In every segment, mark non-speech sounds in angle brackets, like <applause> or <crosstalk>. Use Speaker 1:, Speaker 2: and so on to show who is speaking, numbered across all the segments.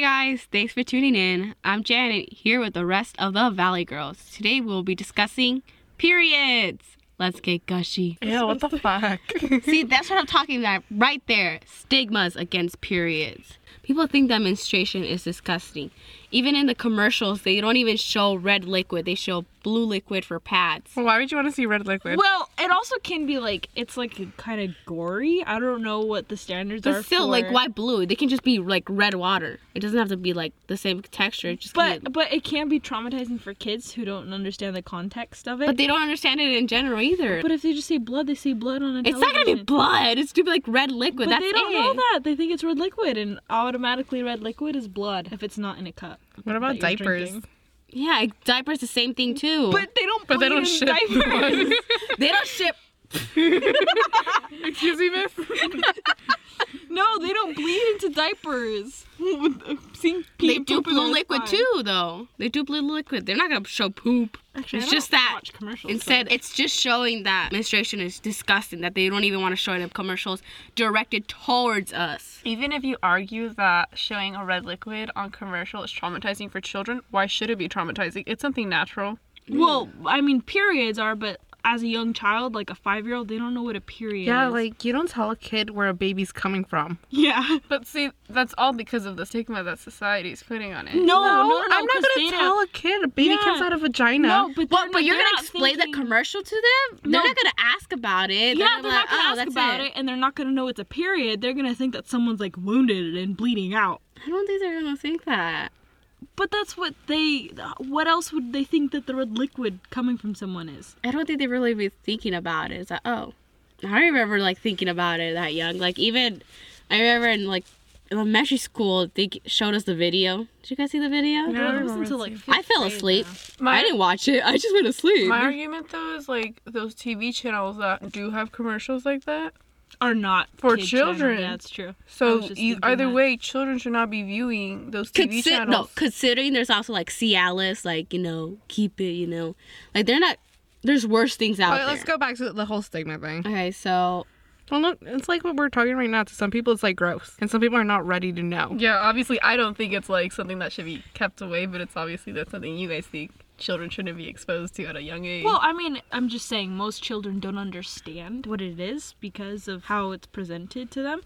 Speaker 1: guys. Thanks for tuning in. I'm Janet here with the rest of the Valley Girls. Today we'll be discussing periods. Let's get
Speaker 2: <laughs>
Speaker 1: gushy.
Speaker 3: Yeah, what the fuck?
Speaker 1: See, that's what I'm talking about right there. Stigmas against periods. People think that menstruation is disgusting. Even in the commercials, they don't even show red liquid, they show blue liquid for pads.
Speaker 3: <laughs>
Speaker 2: Oh,
Speaker 3: Why would you want to see red liquid?
Speaker 2: Well, it also can be like it's like kind of gory. I don't know what the standards are.
Speaker 1: But still,
Speaker 2: for-
Speaker 1: like, why blue? They can just be like red water. It doesn't have to be like the same texture. It just can be-
Speaker 2: But but it can be traumatizing for kids who don't understand the context of it.
Speaker 1: but they don't understand it in general either.
Speaker 2: But if they just say blood, they say blood on a.
Speaker 1: It's not gonna be
Speaker 2: television.
Speaker 1: blood. It's gonna be like red liquid.
Speaker 2: But
Speaker 1: That's
Speaker 2: they don't
Speaker 1: it.
Speaker 2: know that. They think it's red liquid, and automatically red liquid is blood if it's not in a cup.
Speaker 3: What about
Speaker 2: that you're
Speaker 3: diapers?
Speaker 2: drinking.
Speaker 1: Yeah, diapers the same thing too.
Speaker 2: But they don't.
Speaker 3: But
Speaker 2: bleed
Speaker 3: they don't
Speaker 2: in
Speaker 3: ship
Speaker 2: diapers.
Speaker 1: <laughs> they <laughs> don't ship.
Speaker 3: <laughs> Excuse me, miss?
Speaker 2: <laughs> no, they don't bleed into <laughs> diapers. Seeing pee
Speaker 1: They
Speaker 2: and
Speaker 1: do
Speaker 2: poop in there
Speaker 1: blue
Speaker 2: is
Speaker 1: liquid
Speaker 2: fine.
Speaker 1: too, though. They do blue liquid. They're not gonna show poop.
Speaker 2: Actually, I
Speaker 1: it's
Speaker 2: don't
Speaker 1: just that.
Speaker 2: watch commercials, so-
Speaker 1: Instead, it's just showing that menstruation is disgusting. That they don't even want to show it in commercials directed towards us.
Speaker 4: <laughs> Even if you argue that showing a red liquid on commercial is traumatizing for children, why should it be traumatizing? It's something natural.
Speaker 2: Well, I mean, periods are, but as a young child, like a five year old, they don't know what a period
Speaker 3: Yeah,
Speaker 2: is.
Speaker 3: like you don't tell a kid where a baby's coming from.
Speaker 2: <laughs> Yeah.
Speaker 4: But see, that's all because of the stigma that society's putting on it.
Speaker 2: No, no, no,
Speaker 3: I'm
Speaker 2: 'cause
Speaker 3: not gonna
Speaker 2: they
Speaker 3: tell
Speaker 2: don't-
Speaker 3: a kid a baby
Speaker 2: Yeah.
Speaker 3: comes out of vagina.
Speaker 2: No, but,
Speaker 1: Well,
Speaker 2: they're
Speaker 1: but
Speaker 2: not-
Speaker 1: you're
Speaker 2: they're
Speaker 1: gonna
Speaker 2: not
Speaker 1: explain
Speaker 2: thinking,
Speaker 1: the commercial to them.
Speaker 2: No.
Speaker 1: They're not gonna ask about it. gonna
Speaker 2: Yeah,
Speaker 1: be
Speaker 2: they're not
Speaker 1: like,
Speaker 2: gonna
Speaker 1: "Oh,
Speaker 2: ask
Speaker 1: that's
Speaker 2: about it. and they're not gonna know it's a period. They're gonna think that someone's like wounded and bleeding out.
Speaker 1: I don't think they're gonna think that.
Speaker 2: But that's what they. What else would they think that the red liquid coming from someone is?
Speaker 1: I don't think they really be thinking about it. It's like, oh, I don't remember like thinking about it that young. Like even, I remember in like elementary school, they g- showed us the video. Did you guys see the video?
Speaker 3: I
Speaker 2: Well, it
Speaker 3: remember
Speaker 2: wasn't till, like,
Speaker 1: I
Speaker 2: fifth
Speaker 1: fell
Speaker 2: grade,
Speaker 1: asleep.
Speaker 2: though.
Speaker 1: I didn't watch it. I just went to sleep.
Speaker 4: My argument though is like those TV channels that do have commercials like that.
Speaker 2: Are not
Speaker 4: For
Speaker 2: kid channel.
Speaker 4: children.
Speaker 2: Yeah, that's true. I was
Speaker 4: So
Speaker 2: just
Speaker 4: e-
Speaker 2: thinking
Speaker 4: either
Speaker 2: that.
Speaker 4: way, children should not be viewing those TV
Speaker 1: Consi-
Speaker 4: channels.
Speaker 1: no, considering there's also like Cialis, like you know, keep it, you know, like they're not. There's worse things out
Speaker 3: But let's
Speaker 1: there.
Speaker 3: go back to the whole stigma thing.
Speaker 1: Okay, so
Speaker 3: Well, no, it's like what we're talking right now. To some people, it's like gross, and some people are not ready to know.
Speaker 4: Yeah, obviously, I don't think it's like something that should be kept away, but it's obviously that's something you guys think children shouldn't be exposed to at a young age.
Speaker 2: Well, I mean, I'm just saying most children don't understand what it is because of how it's presented to them.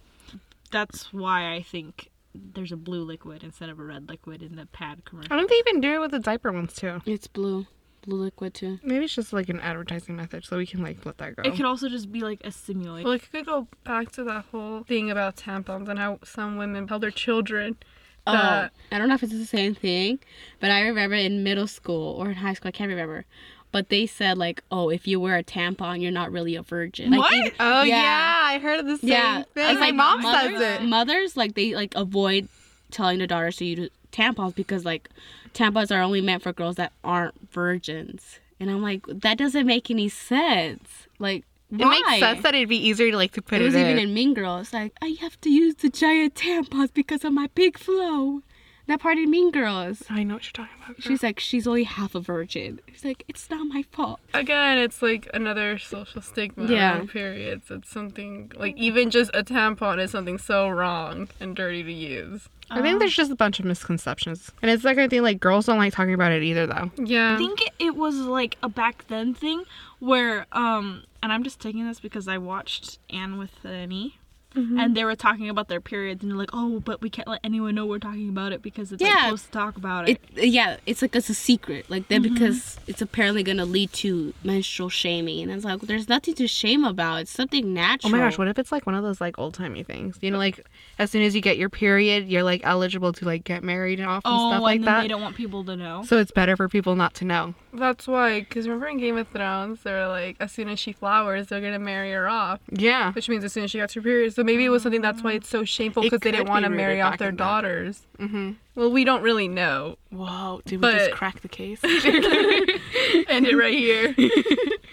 Speaker 2: That's why I think there's a blue liquid instead of a red liquid in the pad commercial.
Speaker 3: I don't think they even do it with the diaper ones too.
Speaker 1: it's blue, blue liquid too.
Speaker 3: Maybe it's just like an advertising method, so we can like let that go.
Speaker 2: It could also just be like a simulation.
Speaker 4: Well, it could go back to that whole thing about tampons and how some women held their children.
Speaker 1: Oh,
Speaker 4: That,
Speaker 1: I don't know if it's the same thing, but I remember in middle school or in high school, I can't remember. But they said like, oh, if you wear a tampon, you're not really a virgin. Like,
Speaker 3: what?
Speaker 1: even-
Speaker 3: oh
Speaker 1: Yeah.
Speaker 3: yeah. I heard of the same
Speaker 1: yeah,
Speaker 3: thing.
Speaker 1: It's
Speaker 3: my mom
Speaker 1: mothers,
Speaker 3: says it.
Speaker 1: Mothers like they like avoid telling their daughters to use tampons because like tampons are only meant for girls that aren't virgins. And I'm like, that doesn't make any sense. Like,
Speaker 3: It
Speaker 1: why?
Speaker 3: makes sense that it'd be easier to like to put
Speaker 1: It
Speaker 3: it,
Speaker 1: was
Speaker 3: in.
Speaker 1: even in Mean Girls. Like, I have to use the giant tampons because of my big flow. That part in Mean Girls.
Speaker 3: I know what you're talking about.
Speaker 1: She's like, she's only half a virgin. She's like, it's not my fault.
Speaker 4: again, it's like another social stigma
Speaker 1: Yeah.
Speaker 4: around periods. It's something like even just a tampon is something so wrong and dirty to use.
Speaker 3: I think there's
Speaker 1: Oh.
Speaker 3: just a bunch of misconceptions, and it's that kind of thing. Like girls don't like talking about it either, though.
Speaker 4: Yeah.
Speaker 2: I think it- it was like a back then thing where, um, and I'm just taking this because I watched Anne with an E.
Speaker 3: Mm-hmm.
Speaker 2: And they were talking about their periods, and they're like, "Oh, but we can't let anyone know we're talking about it because it's
Speaker 1: Yeah.
Speaker 2: like, supposed to talk about
Speaker 1: It, yeah, it's like it's a secret, like that because it's apparently gonna lead to menstrual shaming, and it's like there's nothing to shame about. It's something
Speaker 3: Oh
Speaker 1: natural.
Speaker 3: my gosh, what if it's like one of those like old timey things? You know, like as soon as you get your period, you're like eligible to like get married and off and
Speaker 2: Oh,
Speaker 3: stuff
Speaker 2: and
Speaker 3: like
Speaker 2: then
Speaker 3: that.
Speaker 2: they don't want people to know.
Speaker 3: So it's better for people not to know.
Speaker 4: That's why, because remember in Game of Thrones, they're like, as soon as she flowers, they're going to marry her off,
Speaker 3: Yeah.
Speaker 4: which means as soon as she gets her period. So maybe it was something that's why it's so shameful
Speaker 3: It
Speaker 4: because they
Speaker 3: could
Speaker 4: didn't want to
Speaker 3: be rooted
Speaker 4: marry off
Speaker 3: back
Speaker 4: their
Speaker 3: in that.
Speaker 4: daughters.
Speaker 3: Mm-hmm.
Speaker 4: Well, we don't really know.
Speaker 3: Whoa, did we
Speaker 4: But-
Speaker 3: just crack
Speaker 4: <laughs>
Speaker 3: the case? <laughs>
Speaker 4: End it right here.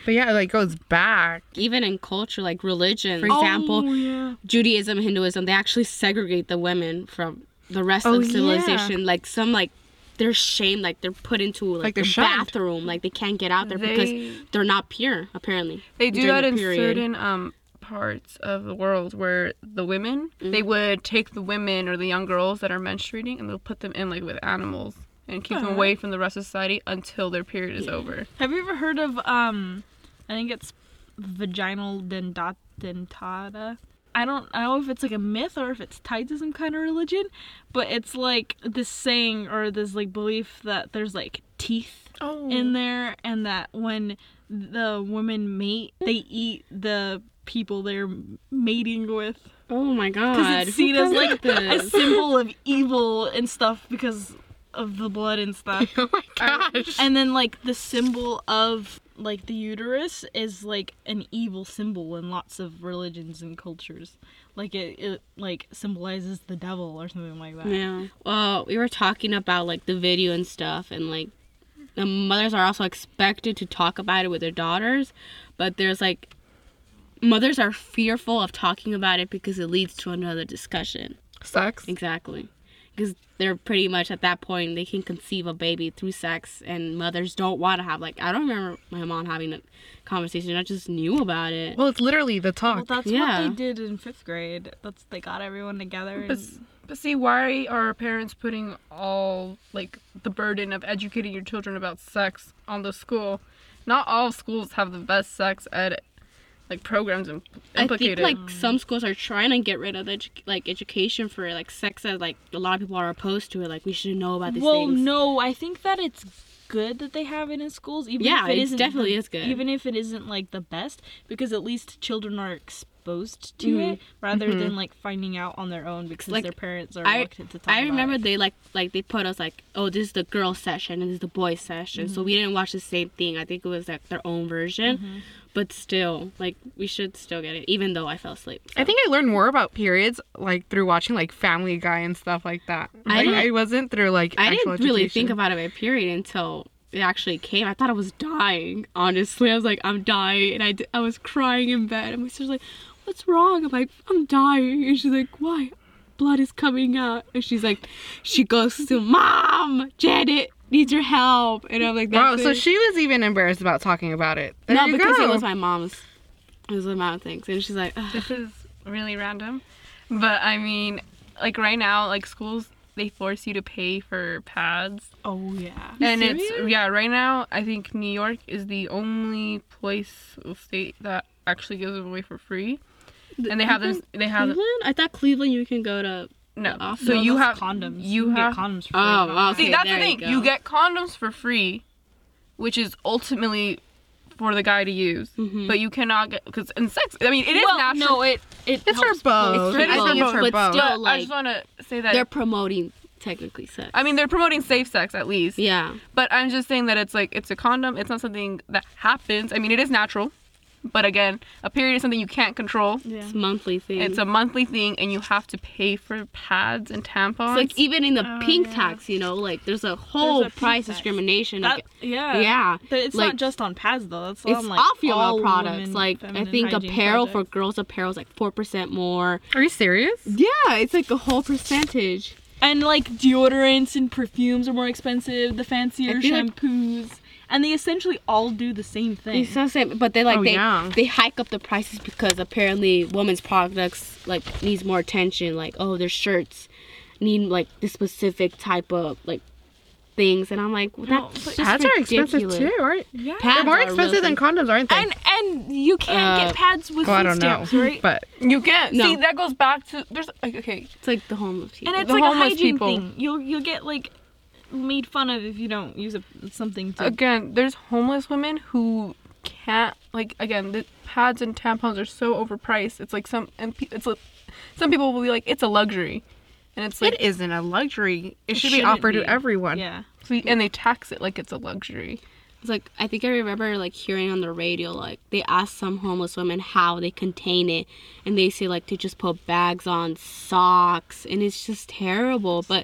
Speaker 3: but yeah, it like goes back.
Speaker 1: Even in culture, like religion, for
Speaker 3: Oh,
Speaker 1: example,
Speaker 2: Oh, yeah.
Speaker 1: Judaism, Hinduism, they actually segregate the women from the rest
Speaker 3: Oh,
Speaker 1: of
Speaker 3: yeah.
Speaker 1: civilization. Like some like they're shamed, like they're put into like,
Speaker 3: Like,
Speaker 1: the
Speaker 3: they're shunned.
Speaker 1: bathroom, like they can't get out there
Speaker 4: They-
Speaker 1: because they're not pure apparently.
Speaker 4: They do
Speaker 1: during
Speaker 4: that
Speaker 1: the
Speaker 4: in
Speaker 1: period.
Speaker 4: certain um parts of the world where the women
Speaker 1: Mm-hmm.
Speaker 4: they would take the women or the young girls that are menstruating and they'll put them in like with animals and keep them
Speaker 2: Aw.
Speaker 4: away from the rest of society until their period is over.
Speaker 2: Have you ever heard of um I think it's vaginal dendat dentata? I don't know if it's like a myth or if it's tied to some kind of religion, but it's like this saying or this like belief that there's like teeth
Speaker 4: Oh.
Speaker 2: in there and that when the women mate, they eat the people they're mating with
Speaker 1: Oh my god.
Speaker 2: because it's seen
Speaker 1: who
Speaker 2: as
Speaker 1: comes
Speaker 2: like
Speaker 1: up with
Speaker 2: <laughs> a
Speaker 1: this?
Speaker 2: symbol of evil and stuff because of the blood and stuff.
Speaker 3: Oh my gosh.
Speaker 2: And then like the symbol of like the uterus is like an evil symbol in lots of religions and cultures. Like it, it like symbolizes the devil or something like that.
Speaker 1: Yeah. Well, we were talking about like the video and stuff, and like the mothers are also expected to talk about it with their daughters, but there's like mothers are fearful of talking about it because it leads to another discussion.
Speaker 3: Sucks.
Speaker 1: Exactly. Because they're pretty much at that point, they can conceive a baby through sex, and mothers don't want to have, like, I don't remember my mom having a conversation. I just knew about it.
Speaker 3: Well, it's literally the
Speaker 2: Well,
Speaker 3: talk.
Speaker 2: that's
Speaker 1: Yeah.
Speaker 2: what they did in fifth grade. That's they got everyone together.
Speaker 4: But,
Speaker 2: And,
Speaker 4: s- but see, why are our parents putting all like the burden of educating your children about sex on the school? Not all schools have the best sex ed like programs im-
Speaker 1: I
Speaker 4: implicated.
Speaker 1: think like some schools are trying to get rid of edu- like education for like sex ed. Like a lot of people are opposed to it. Like we should know about these
Speaker 2: well,
Speaker 1: things.
Speaker 2: no, I think that it's good that they have it in schools. Even
Speaker 1: Yeah,
Speaker 2: if it
Speaker 1: it
Speaker 2: isn't
Speaker 1: definitely
Speaker 2: the-
Speaker 1: is good.
Speaker 2: Even if it isn't like the best, because at least children are exposed to it rather than like finding out on their own because
Speaker 1: Mm-hmm. Like,
Speaker 2: their parents are
Speaker 1: I
Speaker 2: reluctant to talk.
Speaker 1: I
Speaker 2: about
Speaker 1: remember
Speaker 2: it.
Speaker 1: they like like they put us like oh this is the girl session and this is the boy session.
Speaker 2: Mm-hmm.
Speaker 1: So we didn't watch the same thing. I think it was like their own version, but still like we should still get it even though I fell asleep.
Speaker 3: I think I learned more about periods like through watching like Family Guy and stuff like that.
Speaker 1: I
Speaker 3: Like,
Speaker 1: didn't-
Speaker 3: I wasn't through like
Speaker 1: I
Speaker 3: actual
Speaker 1: didn't really
Speaker 3: education.
Speaker 1: think about it by period until it actually came. I thought I was dying. Honestly, I was like, I'm dying, and I, d- I was crying in bed. And my sister's like, "What's wrong?" I'm like, "I'm dying," and she's like, "Why? Blood is coming out." And she's like, she goes to mom, Janet needs your help, and I'm like,
Speaker 3: Wow,
Speaker 1: That's
Speaker 3: so
Speaker 1: it."
Speaker 3: she was even embarrassed about talking about it. There
Speaker 1: no,
Speaker 3: you
Speaker 1: because
Speaker 3: go.
Speaker 1: it was my mom's. It was my mom's things, and she's like, "Ugh."
Speaker 4: this is really random, but I mean, like right now, like schools they force you to pay for pads,
Speaker 2: Oh yeah.
Speaker 4: and it's yeah. Right now, I think New York is the only place or state that actually gives them away for free, and they have this. They have
Speaker 1: Cleveland. I thought Cleveland, you can go to.
Speaker 4: no.
Speaker 1: Office.
Speaker 4: So
Speaker 1: No,
Speaker 4: you
Speaker 2: those
Speaker 4: have
Speaker 2: condoms.
Speaker 4: You
Speaker 2: can
Speaker 4: have
Speaker 2: get condoms. For
Speaker 1: Oh,
Speaker 2: free.
Speaker 1: wow.
Speaker 4: See,
Speaker 1: Okay,
Speaker 4: that's the
Speaker 1: there you
Speaker 4: thing. You,
Speaker 1: go.
Speaker 4: get condoms for free, which is ultimately for the guy to use. But you cannot get because in sex, I mean, it is
Speaker 2: well,
Speaker 4: natural.
Speaker 2: no, it it
Speaker 3: It's for
Speaker 2: helps
Speaker 3: both.
Speaker 1: It's for both,
Speaker 3: it's for
Speaker 1: but
Speaker 3: both.
Speaker 1: still-
Speaker 4: but I
Speaker 1: like,
Speaker 4: just want to say
Speaker 1: They're
Speaker 4: that.
Speaker 1: promoting technically sex.
Speaker 4: I mean, they're promoting safe sex at least.
Speaker 1: yeah.
Speaker 4: But I'm just saying that it's like it's a condom. It's not something that happens. I mean, it is natural, but again, a period is something you can't control.
Speaker 1: It's a monthly thing.
Speaker 4: It's a monthly thing, and you have to pay for pads and tampons.
Speaker 1: It's like even in the
Speaker 2: Oh,
Speaker 1: pink
Speaker 2: yeah.
Speaker 1: tax, you know, like there's a whole
Speaker 2: pink
Speaker 1: price
Speaker 2: tax.
Speaker 1: discrimination.
Speaker 2: That,
Speaker 1: like,
Speaker 2: yeah.
Speaker 1: yeah,
Speaker 2: But It's
Speaker 1: like,
Speaker 2: not just on pads though. That's
Speaker 1: It's
Speaker 2: on like
Speaker 1: all female
Speaker 2: all
Speaker 1: products.
Speaker 2: women
Speaker 1: like I
Speaker 2: feminine
Speaker 1: think
Speaker 2: hygiene
Speaker 1: apparel for
Speaker 2: projects.
Speaker 1: girls' apparel is like four percent more.
Speaker 3: Are you serious?
Speaker 1: Yeah, it's like a whole percentage.
Speaker 2: and like deodorants and perfumes are more expensive. The fancier
Speaker 1: I feel like-
Speaker 2: shampoos, and they essentially all do the same thing.
Speaker 1: It's the same, but they like
Speaker 3: Oh,
Speaker 1: they
Speaker 3: yeah.
Speaker 1: they hike up the prices because apparently women's products like needs more attention. Like oh, their shirts need like this specific type of like things, and I'm like well,
Speaker 2: No,
Speaker 1: that's
Speaker 2: but
Speaker 1: just
Speaker 3: Pads are expensive
Speaker 1: ridiculous.
Speaker 3: too, aren't?
Speaker 2: yeah.
Speaker 1: Pads
Speaker 3: They're more
Speaker 1: are real
Speaker 3: expensive than
Speaker 1: things.
Speaker 3: condoms, aren't they?
Speaker 2: and and you can't
Speaker 1: Uh,
Speaker 2: get pads with
Speaker 3: well, I
Speaker 2: food
Speaker 3: don't
Speaker 2: stamps,
Speaker 3: know,
Speaker 2: right?
Speaker 3: <laughs> but
Speaker 4: you can't
Speaker 1: No.
Speaker 4: see that goes back to there's like, okay.
Speaker 1: It's like the homeless people.
Speaker 2: and it's
Speaker 4: the
Speaker 2: like a
Speaker 4: homeless
Speaker 2: hygiene
Speaker 4: people.
Speaker 2: thing. You'll you'll get like made fun of if you don't use a, something to.
Speaker 4: again, there's homeless women who can't like again the pads and tampons are so overpriced. It's like some and pe- it's like, some people will be like it's a luxury, and it's like
Speaker 3: it isn't a luxury. It should be
Speaker 4: shouldn't
Speaker 3: offered
Speaker 4: be.
Speaker 3: to everyone.
Speaker 2: yeah.
Speaker 4: so- and they tax it like it's a luxury.
Speaker 1: It's like I think I remember like hearing on the radio like they asked some homeless women how they contain it, and they say like to just put bags on socks, and it's just terrible. But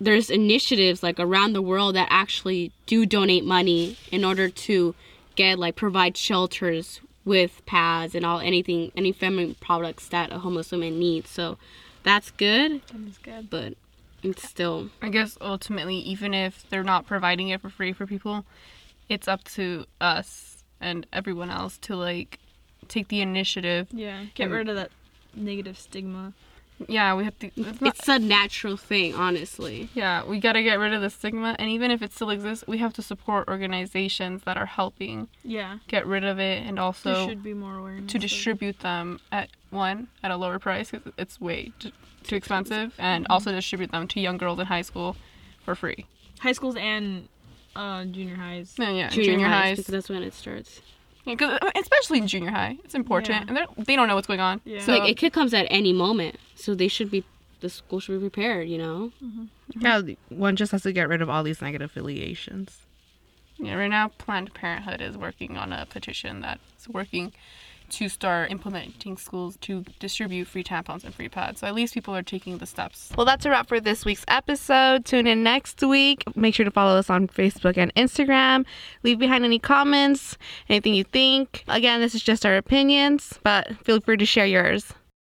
Speaker 1: there's initiatives like around the world that actually do donate money in order to get like provide shelters with pads and all anything any feminine products that a homeless woman needs. So that's good,
Speaker 2: That's good.
Speaker 1: but it's still
Speaker 4: I guess ultimately, even if they're not providing it for free for people, it's up to us and everyone else to like take the initiative.
Speaker 2: Yeah, get rid of that negative stigma.
Speaker 4: Yeah, we have to. It's not,
Speaker 1: It's a natural thing, honestly.
Speaker 4: yeah, we gotta get rid of the stigma, and even if it still exists, we have to support organizations that are helping
Speaker 2: Yeah,
Speaker 4: get rid of it, and
Speaker 2: there
Speaker 4: also
Speaker 2: should be more awareness.
Speaker 4: to
Speaker 2: of-
Speaker 4: distribute them at one at a lower price because it's way t- too expensive, Mm-hmm. and also distribute them to young girls in high school for free.
Speaker 2: high schools and uh, junior highs.
Speaker 4: Yeah, yeah, junior, highs,
Speaker 1: because that's when it starts.
Speaker 4: Yeah, 'cause, uh, especially in junior high, it's important,
Speaker 2: Yeah.
Speaker 4: and they're- they don't know what's going on.
Speaker 2: Yeah.
Speaker 4: So
Speaker 1: like it could comes at any moment, so they should be the school should be prepared. You know,
Speaker 3: Yeah, one just has to get rid of all these negative affiliations.
Speaker 4: Yeah, right now Planned Parenthood is working on a petition that's working to start implementing schools to distribute free tampons and free pads. So at least people are taking the steps.
Speaker 3: Well, that's a wrap for this week's episode. Tune in next week. Make sure to follow us on Facebook and Instagram. Leave behind any comments, anything you think. Again, this is just our opinions, but feel free to share yours.